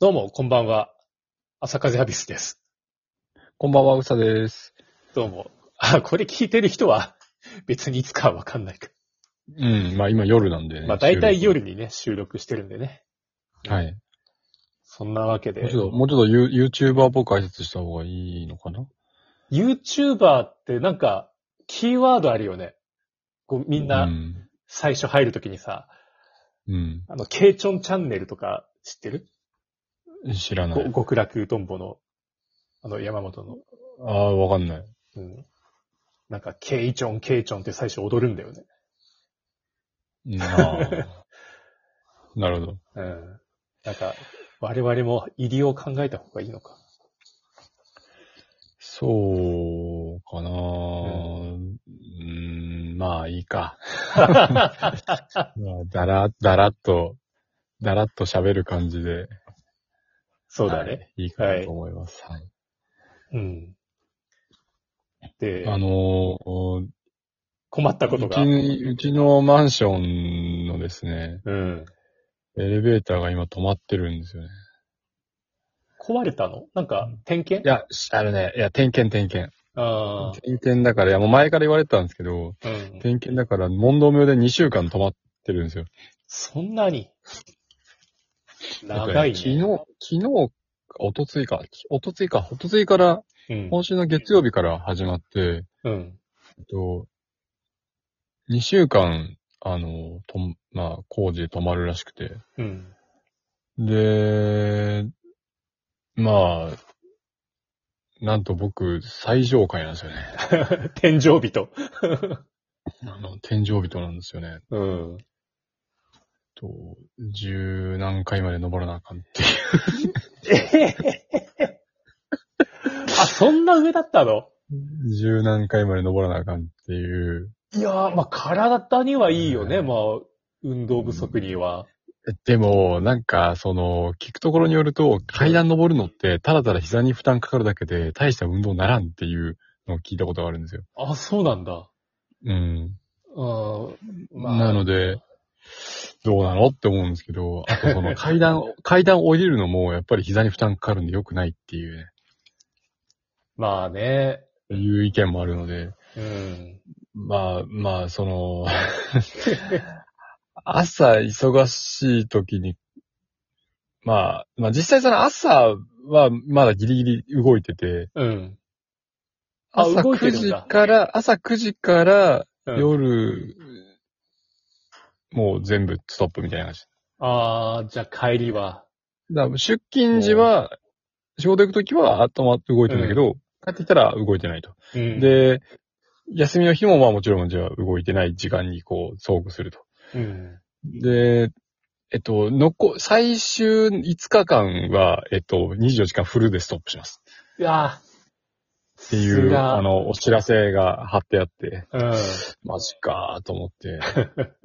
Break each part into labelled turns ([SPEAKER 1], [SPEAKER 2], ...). [SPEAKER 1] どうも、こんばんは。朝風アビスです。
[SPEAKER 2] こんばんは、うさです。
[SPEAKER 1] どうも。あ、これ聞いてる人は、 別にいつかはわかんないか。
[SPEAKER 2] うん、まあ今夜なんで、
[SPEAKER 1] まあ、大体。夜にね、収録してるんでね。
[SPEAKER 2] はい。
[SPEAKER 1] そんなわけ
[SPEAKER 2] もう
[SPEAKER 1] で
[SPEAKER 2] ち。ょっと、もうちょっとユー YouTuber っぽく挨拶した方がいいのかな
[SPEAKER 1] YouTuber ってなんか、キーワードあるよね。こう、みん
[SPEAKER 2] う
[SPEAKER 1] な、
[SPEAKER 2] ん。
[SPEAKER 1] 最初入るときにさ、
[SPEAKER 2] う
[SPEAKER 1] あの、ケイチョンチャンネルとか知ってる、
[SPEAKER 2] ん。知らな
[SPEAKER 1] ご
[SPEAKER 2] い。
[SPEAKER 1] 極楽とんぼの、あの、山本の。
[SPEAKER 2] ああ、わかんない。
[SPEAKER 1] うん。なんか、ケイチョン、ケイチョンって最初踊るんだよね。
[SPEAKER 2] うんあーなるほど。
[SPEAKER 1] うん。なんか、我々も入りを考えた方がいいのか。
[SPEAKER 2] そうかな、うん、ん、まあい いか。まあだら、だらっと、だらっと喋る感じで、
[SPEAKER 1] そうだね。
[SPEAKER 2] はい。いいかなと思います。はい
[SPEAKER 1] うん。で、
[SPEAKER 2] あのー
[SPEAKER 1] 困ったことが。
[SPEAKER 2] うち、うちのマンションのですね、
[SPEAKER 1] うん。
[SPEAKER 2] エレベーターが今止まってるんですよね。
[SPEAKER 1] 壊れたのなんか、点
[SPEAKER 2] い
[SPEAKER 1] 検
[SPEAKER 2] や、しあのね、いや、点検点検。
[SPEAKER 1] あ
[SPEAKER 2] 点検だから、いや、もう前から言われてたんですけど、
[SPEAKER 1] あ。うん。
[SPEAKER 2] 点検だから、問答無用で2週間止まってるんですよ。
[SPEAKER 1] そんなに。
[SPEAKER 2] だから
[SPEAKER 1] 長いね。
[SPEAKER 2] 昨日、昨日、おとついか、おとついか、おとついから、
[SPEAKER 1] うん。
[SPEAKER 2] 今週の月曜日から始まって、
[SPEAKER 1] うん。
[SPEAKER 2] えっと、2週間、あの、とん、まあ、工事で止まるらしくて。
[SPEAKER 1] うん。
[SPEAKER 2] で、まあ、なんと僕、最上階なんですよね。
[SPEAKER 1] 天井 人。
[SPEAKER 2] あの、天井人なんですよね。
[SPEAKER 1] うん。
[SPEAKER 2] と、十何階まで登らなあかんって いう。
[SPEAKER 1] えへへへあ、そんな上だったの
[SPEAKER 2] 十何階まで登らなあかんっていう。
[SPEAKER 1] いやー、まあ、体にはいいよね。
[SPEAKER 2] うん
[SPEAKER 1] まあ、運動不足には。
[SPEAKER 2] えでも、なんか、その、聞くところによると、階段登るのって、ただただ膝に負担かかるだけで、大した運動ならんっていうのを聞いたことがあるんですよ。
[SPEAKER 1] あ、そうなんだ。
[SPEAKER 2] うん。
[SPEAKER 1] うん。
[SPEAKER 2] なので、どうなのって思うんですけど、あとその階段、 階段降りるのもやっぱり膝に負担かかるんで良くないっていうね、
[SPEAKER 1] まあね。
[SPEAKER 2] いう意見もあるので、
[SPEAKER 1] うん。
[SPEAKER 2] まあまあ、その、 朝忙しい時に、まあ、まあ実際その朝はまだギリギリ動いてて、
[SPEAKER 1] うん。あ
[SPEAKER 2] 朝
[SPEAKER 1] 動いて
[SPEAKER 2] 9
[SPEAKER 1] るん
[SPEAKER 2] 時
[SPEAKER 1] だ
[SPEAKER 2] から、朝9時から
[SPEAKER 1] うん
[SPEAKER 2] 夜、もう全部ストップみたいな感じ。
[SPEAKER 1] ああ、じゃあ帰りは。
[SPEAKER 2] だから出勤時は、仕事行くときは頭動いてるんだけど、帰ってきたら動いてないと。
[SPEAKER 1] うん、
[SPEAKER 2] で、休みの日もまあもちろんじゃあ動いてない時間にこう遭遇すると。
[SPEAKER 1] うん。
[SPEAKER 2] で、えっと、残、最終5日間は、えっと、24時間フルでストップします。
[SPEAKER 1] いやー
[SPEAKER 2] ってい
[SPEAKER 1] す
[SPEAKER 2] う、
[SPEAKER 1] が
[SPEAKER 2] あの、お知らせが貼ってあって、
[SPEAKER 1] うん。
[SPEAKER 2] マジかーと 思って。う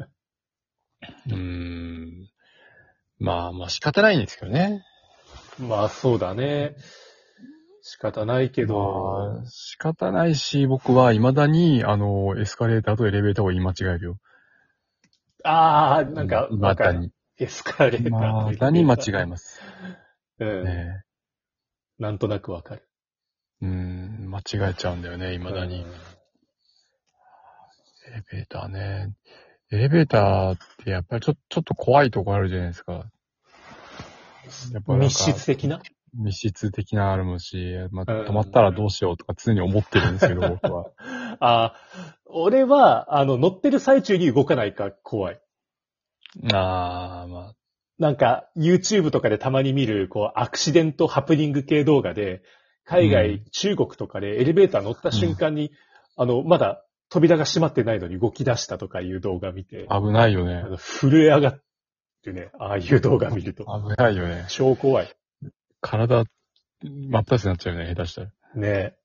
[SPEAKER 2] ーん。まあまあ仕方ないんですけどね。
[SPEAKER 1] まあそうだね。仕方ないけど。
[SPEAKER 2] まあ、仕方ないし、僕は未だに、あの、エスカレーターとエレベーターを言い間違えるよ。
[SPEAKER 1] ああ、なんか、
[SPEAKER 2] また
[SPEAKER 1] なんか
[SPEAKER 2] に。
[SPEAKER 1] エスカレーターの
[SPEAKER 2] ま
[SPEAKER 1] 入り口。
[SPEAKER 2] たに間違えます。
[SPEAKER 1] うん。
[SPEAKER 2] ね
[SPEAKER 1] なんとなくわかる。
[SPEAKER 2] えうん、間違えちゃうんだよね、未だに。エ
[SPEAKER 1] うん
[SPEAKER 2] レベーターね。エレベーターってやっぱりちょちょっと怖いとこあるじゃないですか。やっぱなんか
[SPEAKER 1] 密室的な
[SPEAKER 2] 密室的なのあるもし、まあ、
[SPEAKER 1] うん
[SPEAKER 2] 止まったらどうしようとか常に思ってるんで すけど、僕は。
[SPEAKER 1] ああ、俺は、あの、乗ってる最中に動かないか怖い。
[SPEAKER 2] ああ、まあ。
[SPEAKER 1] なんか、YouTube とかでたまに見る、こう、アクシデントハプニング系動画で、海外、
[SPEAKER 2] うん
[SPEAKER 1] 中国とかでエレベーター乗った瞬間に、あの、まだ扉が閉まってないのに動き出したとかいう動画見て、あ
[SPEAKER 2] 危ないよね。
[SPEAKER 1] の震え上がってね、ああいう動画見ると。
[SPEAKER 2] 危ないよね。
[SPEAKER 1] 超怖い。
[SPEAKER 2] 体、真っ二つになっちゃうよね、下手したら。
[SPEAKER 1] ねえ。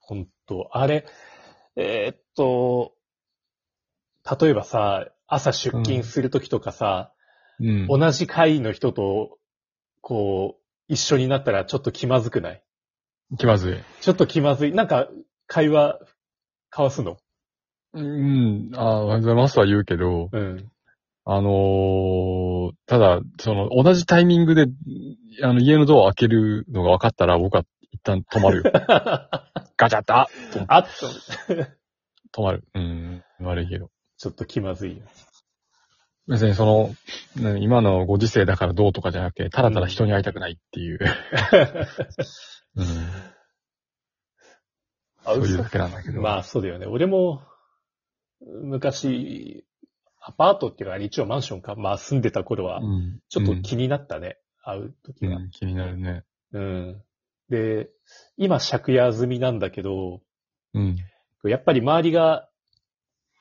[SPEAKER 1] ほんと、あれ、えーっと、例えばさ、朝出勤するときとかさ、
[SPEAKER 2] うん。
[SPEAKER 1] 同じ会の人と、こう、一緒になったらちょっと気まずくない
[SPEAKER 2] 気まずい。
[SPEAKER 1] ちょっと気まずい。なんか、会話、交わすの
[SPEAKER 2] うん、ああ、おはようございますは言うけど、
[SPEAKER 1] うん。
[SPEAKER 2] あのーただ、その、同じタイミングであの、家のドア開けるのが分かったら、僕は一旦止まる よ。
[SPEAKER 1] あ
[SPEAKER 2] ガチャッと、あ
[SPEAKER 1] っと、
[SPEAKER 2] 止まる。うん、悪いけど。
[SPEAKER 1] ちょっと気まずいよ。
[SPEAKER 2] 別にその、何今のご時世だからどうとかじゃなくて、ただただ人に会いたくないっていう。うん、
[SPEAKER 1] あ
[SPEAKER 2] そういうだけなんだけど。
[SPEAKER 1] まあ、そうだよね。俺も、昔、アパートっていうか、一応マンションか、まあ住んでた頃は
[SPEAKER 2] う、ん、
[SPEAKER 1] ちょっと気になったね。会う時
[SPEAKER 2] うん
[SPEAKER 1] は、
[SPEAKER 2] うん気になるね。
[SPEAKER 1] うん。で、今借家済みなんだけど、
[SPEAKER 2] うん。
[SPEAKER 1] やっぱり周りが、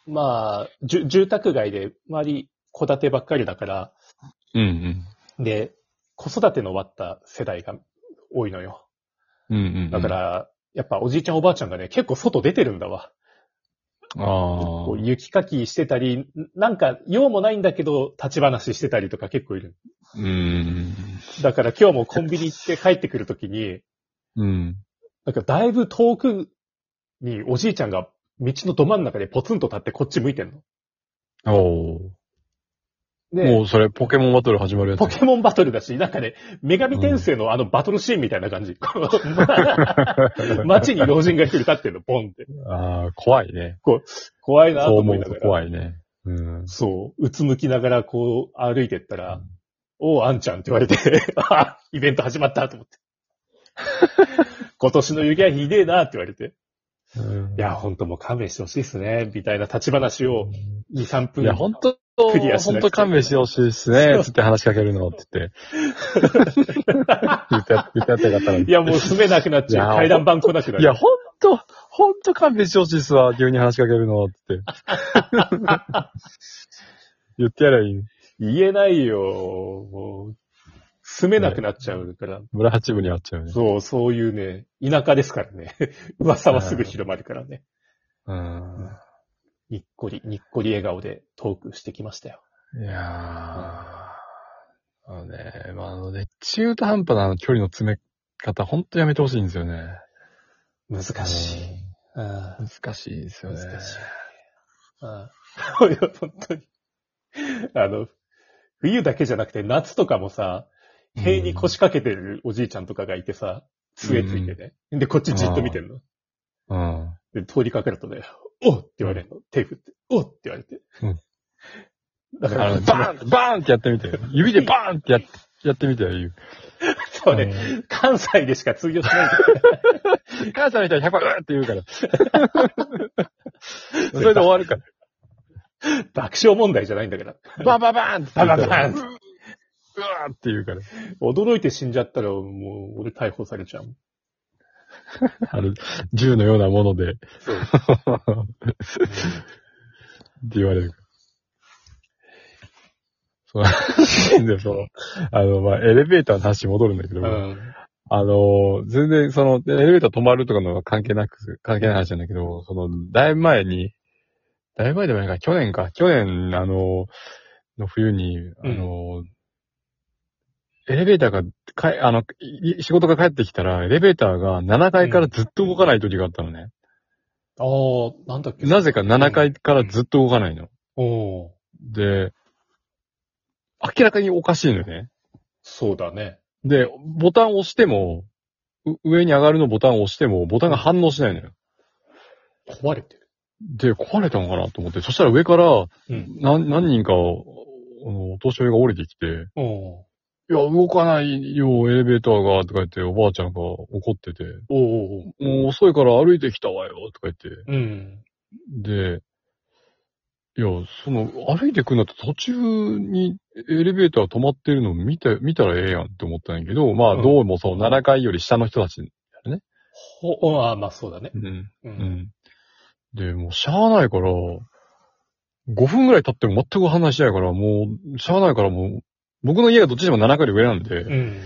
[SPEAKER 1] まあ、じゅ住宅街で周り戸建てばっかりだから、
[SPEAKER 2] うん
[SPEAKER 1] で、子育ての終わった世代が多いのよ。
[SPEAKER 2] うん。うんうん。
[SPEAKER 1] だか、ら、やっぱおじいちゃんおばあちゃんがね、結構外出てるんだわ。
[SPEAKER 2] あ
[SPEAKER 1] こう
[SPEAKER 2] あ。
[SPEAKER 1] 雪かきしてたり、なんか用もないんだけど立ち話してたりとか結構いる。
[SPEAKER 2] うん。
[SPEAKER 1] だから今日もコンビニ行って帰ってくるときに、
[SPEAKER 2] うん。
[SPEAKER 1] なんかだいぶ遠くにおじいちゃんが道のど真ん中でポツンと立ってこっち向いてんの。
[SPEAKER 2] おおー。
[SPEAKER 1] で、
[SPEAKER 2] もうそれ、ポケモンバトル始まるやつ。
[SPEAKER 1] ポケモンバトルだし、なんかね、女神転生のあのバトルシーンみたいな感じ。 この街に老人が一人立ってんの、ボンって。
[SPEAKER 2] ああ、怖いね。
[SPEAKER 1] 怖いなと
[SPEAKER 2] そう
[SPEAKER 1] 思
[SPEAKER 2] 思
[SPEAKER 1] いうな
[SPEAKER 2] と
[SPEAKER 1] がら。
[SPEAKER 2] 怖いね。うん。
[SPEAKER 1] そう、うつむきながらこう歩いてったら、
[SPEAKER 2] うん
[SPEAKER 1] おう、あんちゃんって言わ れて、あイベント始まったと思って。 今年の雪はひでえなって言われて。いや、ほんともう勘弁してほしいですね、みたいな立ち話を2、3分。
[SPEAKER 2] いや、本当
[SPEAKER 1] クリアしな
[SPEAKER 2] 本
[SPEAKER 1] くて
[SPEAKER 2] 当勘弁してほしいですね。つって話しかけるのって言って。 言ってや言ってやってなかったら。
[SPEAKER 1] いや、もう住めなくなっちゃ。
[SPEAKER 2] いうや
[SPEAKER 1] 階段板来なくなる。
[SPEAKER 2] いや、本当本当勘弁してほしいっすわ。急に話しかけるのって 言って。言ってやればいい。
[SPEAKER 1] 言えないよ。もう、住めなくなっちゃうから。
[SPEAKER 2] 村八分に会っちゃうね。
[SPEAKER 1] そう、そういうね、田舎ですからね。 噂はすぐ広まるからね。
[SPEAKER 2] うん。
[SPEAKER 1] にっこり、にっこり笑顔でトークしてきましたよ。
[SPEAKER 2] いやー。あのね、まあ、あのね、中途半端なあの距離の詰め方、ほんとやめてほしいんですよね。
[SPEAKER 1] 難しい。あ
[SPEAKER 2] 難しいです
[SPEAKER 1] あ
[SPEAKER 2] よね。
[SPEAKER 1] 難しい。ああいや本当に。あの、冬だけじゃなくて夏とかもさ、塀に腰掛けてるおじいちゃんとかがいてさ、杖ついてね。で、こっちじっと見てるの。
[SPEAKER 2] うん。
[SPEAKER 1] で、通りかかるとね、おっって言われるの。手振って、おっって言われて。
[SPEAKER 2] うん
[SPEAKER 1] だから、
[SPEAKER 2] あの、
[SPEAKER 1] バーン
[SPEAKER 2] バーンバーンってやってみて。指でバーンってやっやってみてよ、言う。
[SPEAKER 1] そうね、関西でしか通用しない。
[SPEAKER 2] うん母さんみたいに100%うーって言うから。 それで終わるか
[SPEAKER 1] 爆笑問題じゃないんだから。
[SPEAKER 2] ら。バンバンバーンって言う
[SPEAKER 1] バ
[SPEAKER 2] か
[SPEAKER 1] ンバンバ
[SPEAKER 2] ら。
[SPEAKER 1] ン
[SPEAKER 2] うーうわーって言うから。
[SPEAKER 1] 驚いて死んじゃったら、もう、俺逮捕されちゃう。
[SPEAKER 2] あの、銃のようなもので。 って
[SPEAKER 1] そう。
[SPEAKER 2] 言われるから。そうで、その、あの、まあ、エレベーターの話戻るんだけど、
[SPEAKER 1] うん。
[SPEAKER 2] あの、全然、その、エレベーター止まるとかのは関係なく、関係ない話なんだけど、その、だいぶ前に、だいぶ前でもないか、去年か、去年、あの、の冬に、あの、エレベーターが、かいあの、い仕事が帰ってきたら、エレベーターが7階からずっと動かない時があったのね。
[SPEAKER 1] ああ、なんだっけ。
[SPEAKER 2] なぜか7階からずっと動かないの。
[SPEAKER 1] おー
[SPEAKER 2] で、明らかにおかしいのよね。
[SPEAKER 1] そうだね。
[SPEAKER 2] で、ボタンを押しても、う上に上がるのボタンを押しても、ボタンが反応しないのよ。
[SPEAKER 1] 壊れてる。
[SPEAKER 2] で、壊れたのかなと思って、そしたら上から、
[SPEAKER 1] うん。
[SPEAKER 2] 何、何人か、あのお年寄りが降りてきて、
[SPEAKER 1] おー
[SPEAKER 2] いや、動かないよ、エレベーターが、とか言って、おばあちゃんが怒ってて、
[SPEAKER 1] おーおーおー
[SPEAKER 2] もう遅いから歩いてきたわよ、とか言って、
[SPEAKER 1] うん。
[SPEAKER 2] で、いや、その、歩いてくんだと途中にエレベーター止まってるの見て、見たらええやんって思ったんやけど、まあ、
[SPEAKER 1] うん
[SPEAKER 2] どうもその7階より下の人たち
[SPEAKER 1] ほ、ああ、まあそうだね。う。
[SPEAKER 2] うんん。で、もうしゃあないから、5分ぐらい経っても全く話しないから、もう、しゃあないからもう、僕の家がどっちでも7階より上なんで、
[SPEAKER 1] うん。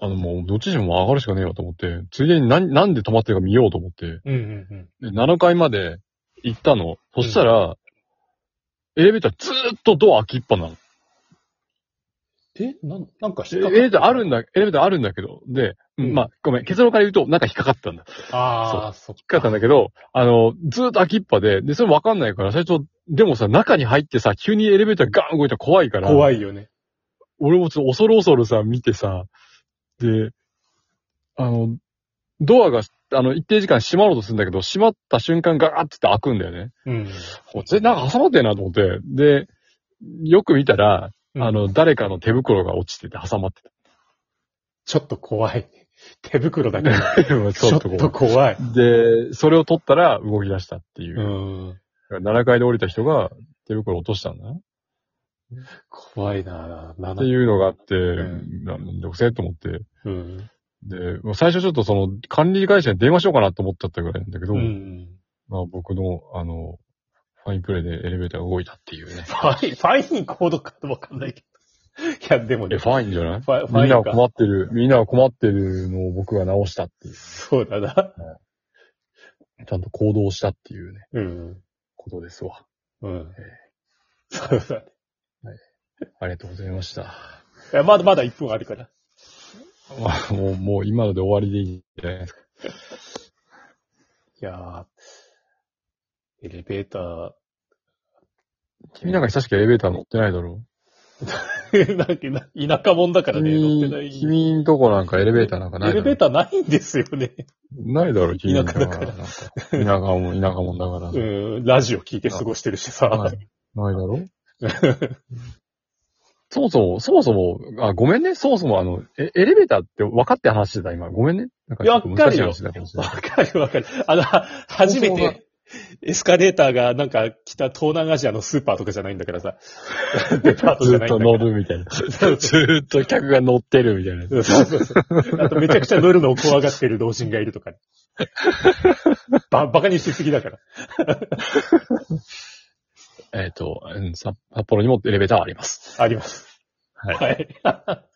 [SPEAKER 2] あのもう、どっちでも上がるしかねえよと思って、ついでになんなんで止まってるか見ようと思って、
[SPEAKER 1] うん。うん。
[SPEAKER 2] で7階まで行ったの。そしたら、エレベーターずーっとドア開きっぱなの。
[SPEAKER 1] え、なん、なんか
[SPEAKER 2] エ
[SPEAKER 1] 引っ
[SPEAKER 2] レ
[SPEAKER 1] かか
[SPEAKER 2] ベーターあるん
[SPEAKER 1] ん
[SPEAKER 2] だ、エレベーターあるんだけど、で、うん
[SPEAKER 1] うん
[SPEAKER 2] まあ、ごめん、結論から言うと、なんか引っかかったんだ。
[SPEAKER 1] ああ、そっ
[SPEAKER 2] 引っかかったんだけど、あの、ずーっと空きっぱで、で、それもわかんないから、最初、でもさ、中に入ってさ、急にエレベーターガーン動いたら怖いから、
[SPEAKER 1] 怖
[SPEAKER 2] い。
[SPEAKER 1] いよね。
[SPEAKER 2] 俺もちょっと恐る恐るさ、見てさ、で、あの、ドアが、あの、一定時間閉まろうとするんだけど、閉まった瞬間ガラッて開くんだよね。
[SPEAKER 1] うん。
[SPEAKER 2] こっちなんか挟まってんなと思って。で、よく見たら、あの、誰かの手袋が落ちてて挟まって
[SPEAKER 1] ちょっと怖い。 手袋だけど、
[SPEAKER 2] た。 ちょっ
[SPEAKER 1] ちょっ
[SPEAKER 2] と
[SPEAKER 1] と怖い。
[SPEAKER 2] で、それを取ったら動き出したっていうう。
[SPEAKER 1] ん。
[SPEAKER 2] 7階で降りた人が手袋を落としたんだな。
[SPEAKER 1] 怖いなぁ。な
[SPEAKER 2] っていうのがあって、
[SPEAKER 1] ん
[SPEAKER 2] なめんどくせえと思って。
[SPEAKER 1] うん。
[SPEAKER 2] で、もう最初ちょっとその管理会社に電話しようかなと思っちゃったぐらいなんだけど、
[SPEAKER 1] うん。
[SPEAKER 2] まあ僕の、あの、ファインプレーでエレベーターが動いたっていうね。
[SPEAKER 1] ファイ ン、ファインコードかわかんないけど。いや、でも
[SPEAKER 2] え、
[SPEAKER 1] ね、
[SPEAKER 2] ファインじゃない
[SPEAKER 1] ファインファ
[SPEAKER 2] みんな
[SPEAKER 1] イン
[SPEAKER 2] が
[SPEAKER 1] か。
[SPEAKER 2] 困ってる、みんなが困ってるのを僕が直したっていう。
[SPEAKER 1] そうだな。
[SPEAKER 2] ちゃんと行動したっていうね、
[SPEAKER 1] うん。
[SPEAKER 2] ことですわ。
[SPEAKER 1] うん。そうだね
[SPEAKER 2] ありがとうございました。
[SPEAKER 1] いや。まだまだ1分あるから。
[SPEAKER 2] まあ、もう、もう今ので終わりでいいんじゃないですか。
[SPEAKER 1] いやーエレベーター、
[SPEAKER 2] 君なんか久しくエレベーター乗ってないだろ
[SPEAKER 1] なんか田舎者だからね、乗って
[SPEAKER 2] 君
[SPEAKER 1] ない。
[SPEAKER 2] 君んとこなんかエレベーターなんかない
[SPEAKER 1] エ
[SPEAKER 2] だろ
[SPEAKER 1] レベーターないんですよね。
[SPEAKER 2] ないだろ、君んとこ
[SPEAKER 1] 田舎だから
[SPEAKER 2] なんか田舎もん、田舎もんだから。ない
[SPEAKER 1] うん、ラジオ聞いて過ごしてるしさ。
[SPEAKER 2] ないだろそもそも、そもそも、あ、ごめんね。そもそも、あの、えエレベーターって分かって話してた、今。ごめんね。なんかちょっと難しい話だかもしれ
[SPEAKER 1] わ
[SPEAKER 2] ない
[SPEAKER 1] かるわかる。あの、初め
[SPEAKER 2] 放送が
[SPEAKER 1] て、エスカレーターがなんか北東南アジアのスーパーとかじゃないんだからさ。 デパートじ
[SPEAKER 2] ず
[SPEAKER 1] ゃ
[SPEAKER 2] っ
[SPEAKER 1] ないんだ
[SPEAKER 2] と
[SPEAKER 1] か
[SPEAKER 2] 乗
[SPEAKER 1] ら。
[SPEAKER 2] るみたいな。 ずっと客が乗ってるみたいな。
[SPEAKER 1] そうそうそう。あとめちゃくちゃ乗るのを怖がってる老人がいるとかね、ば、バカにしすぎだから。
[SPEAKER 2] えっ、と、うん札札幌にもエレベーターあります。
[SPEAKER 1] あります。
[SPEAKER 2] はい
[SPEAKER 1] はい。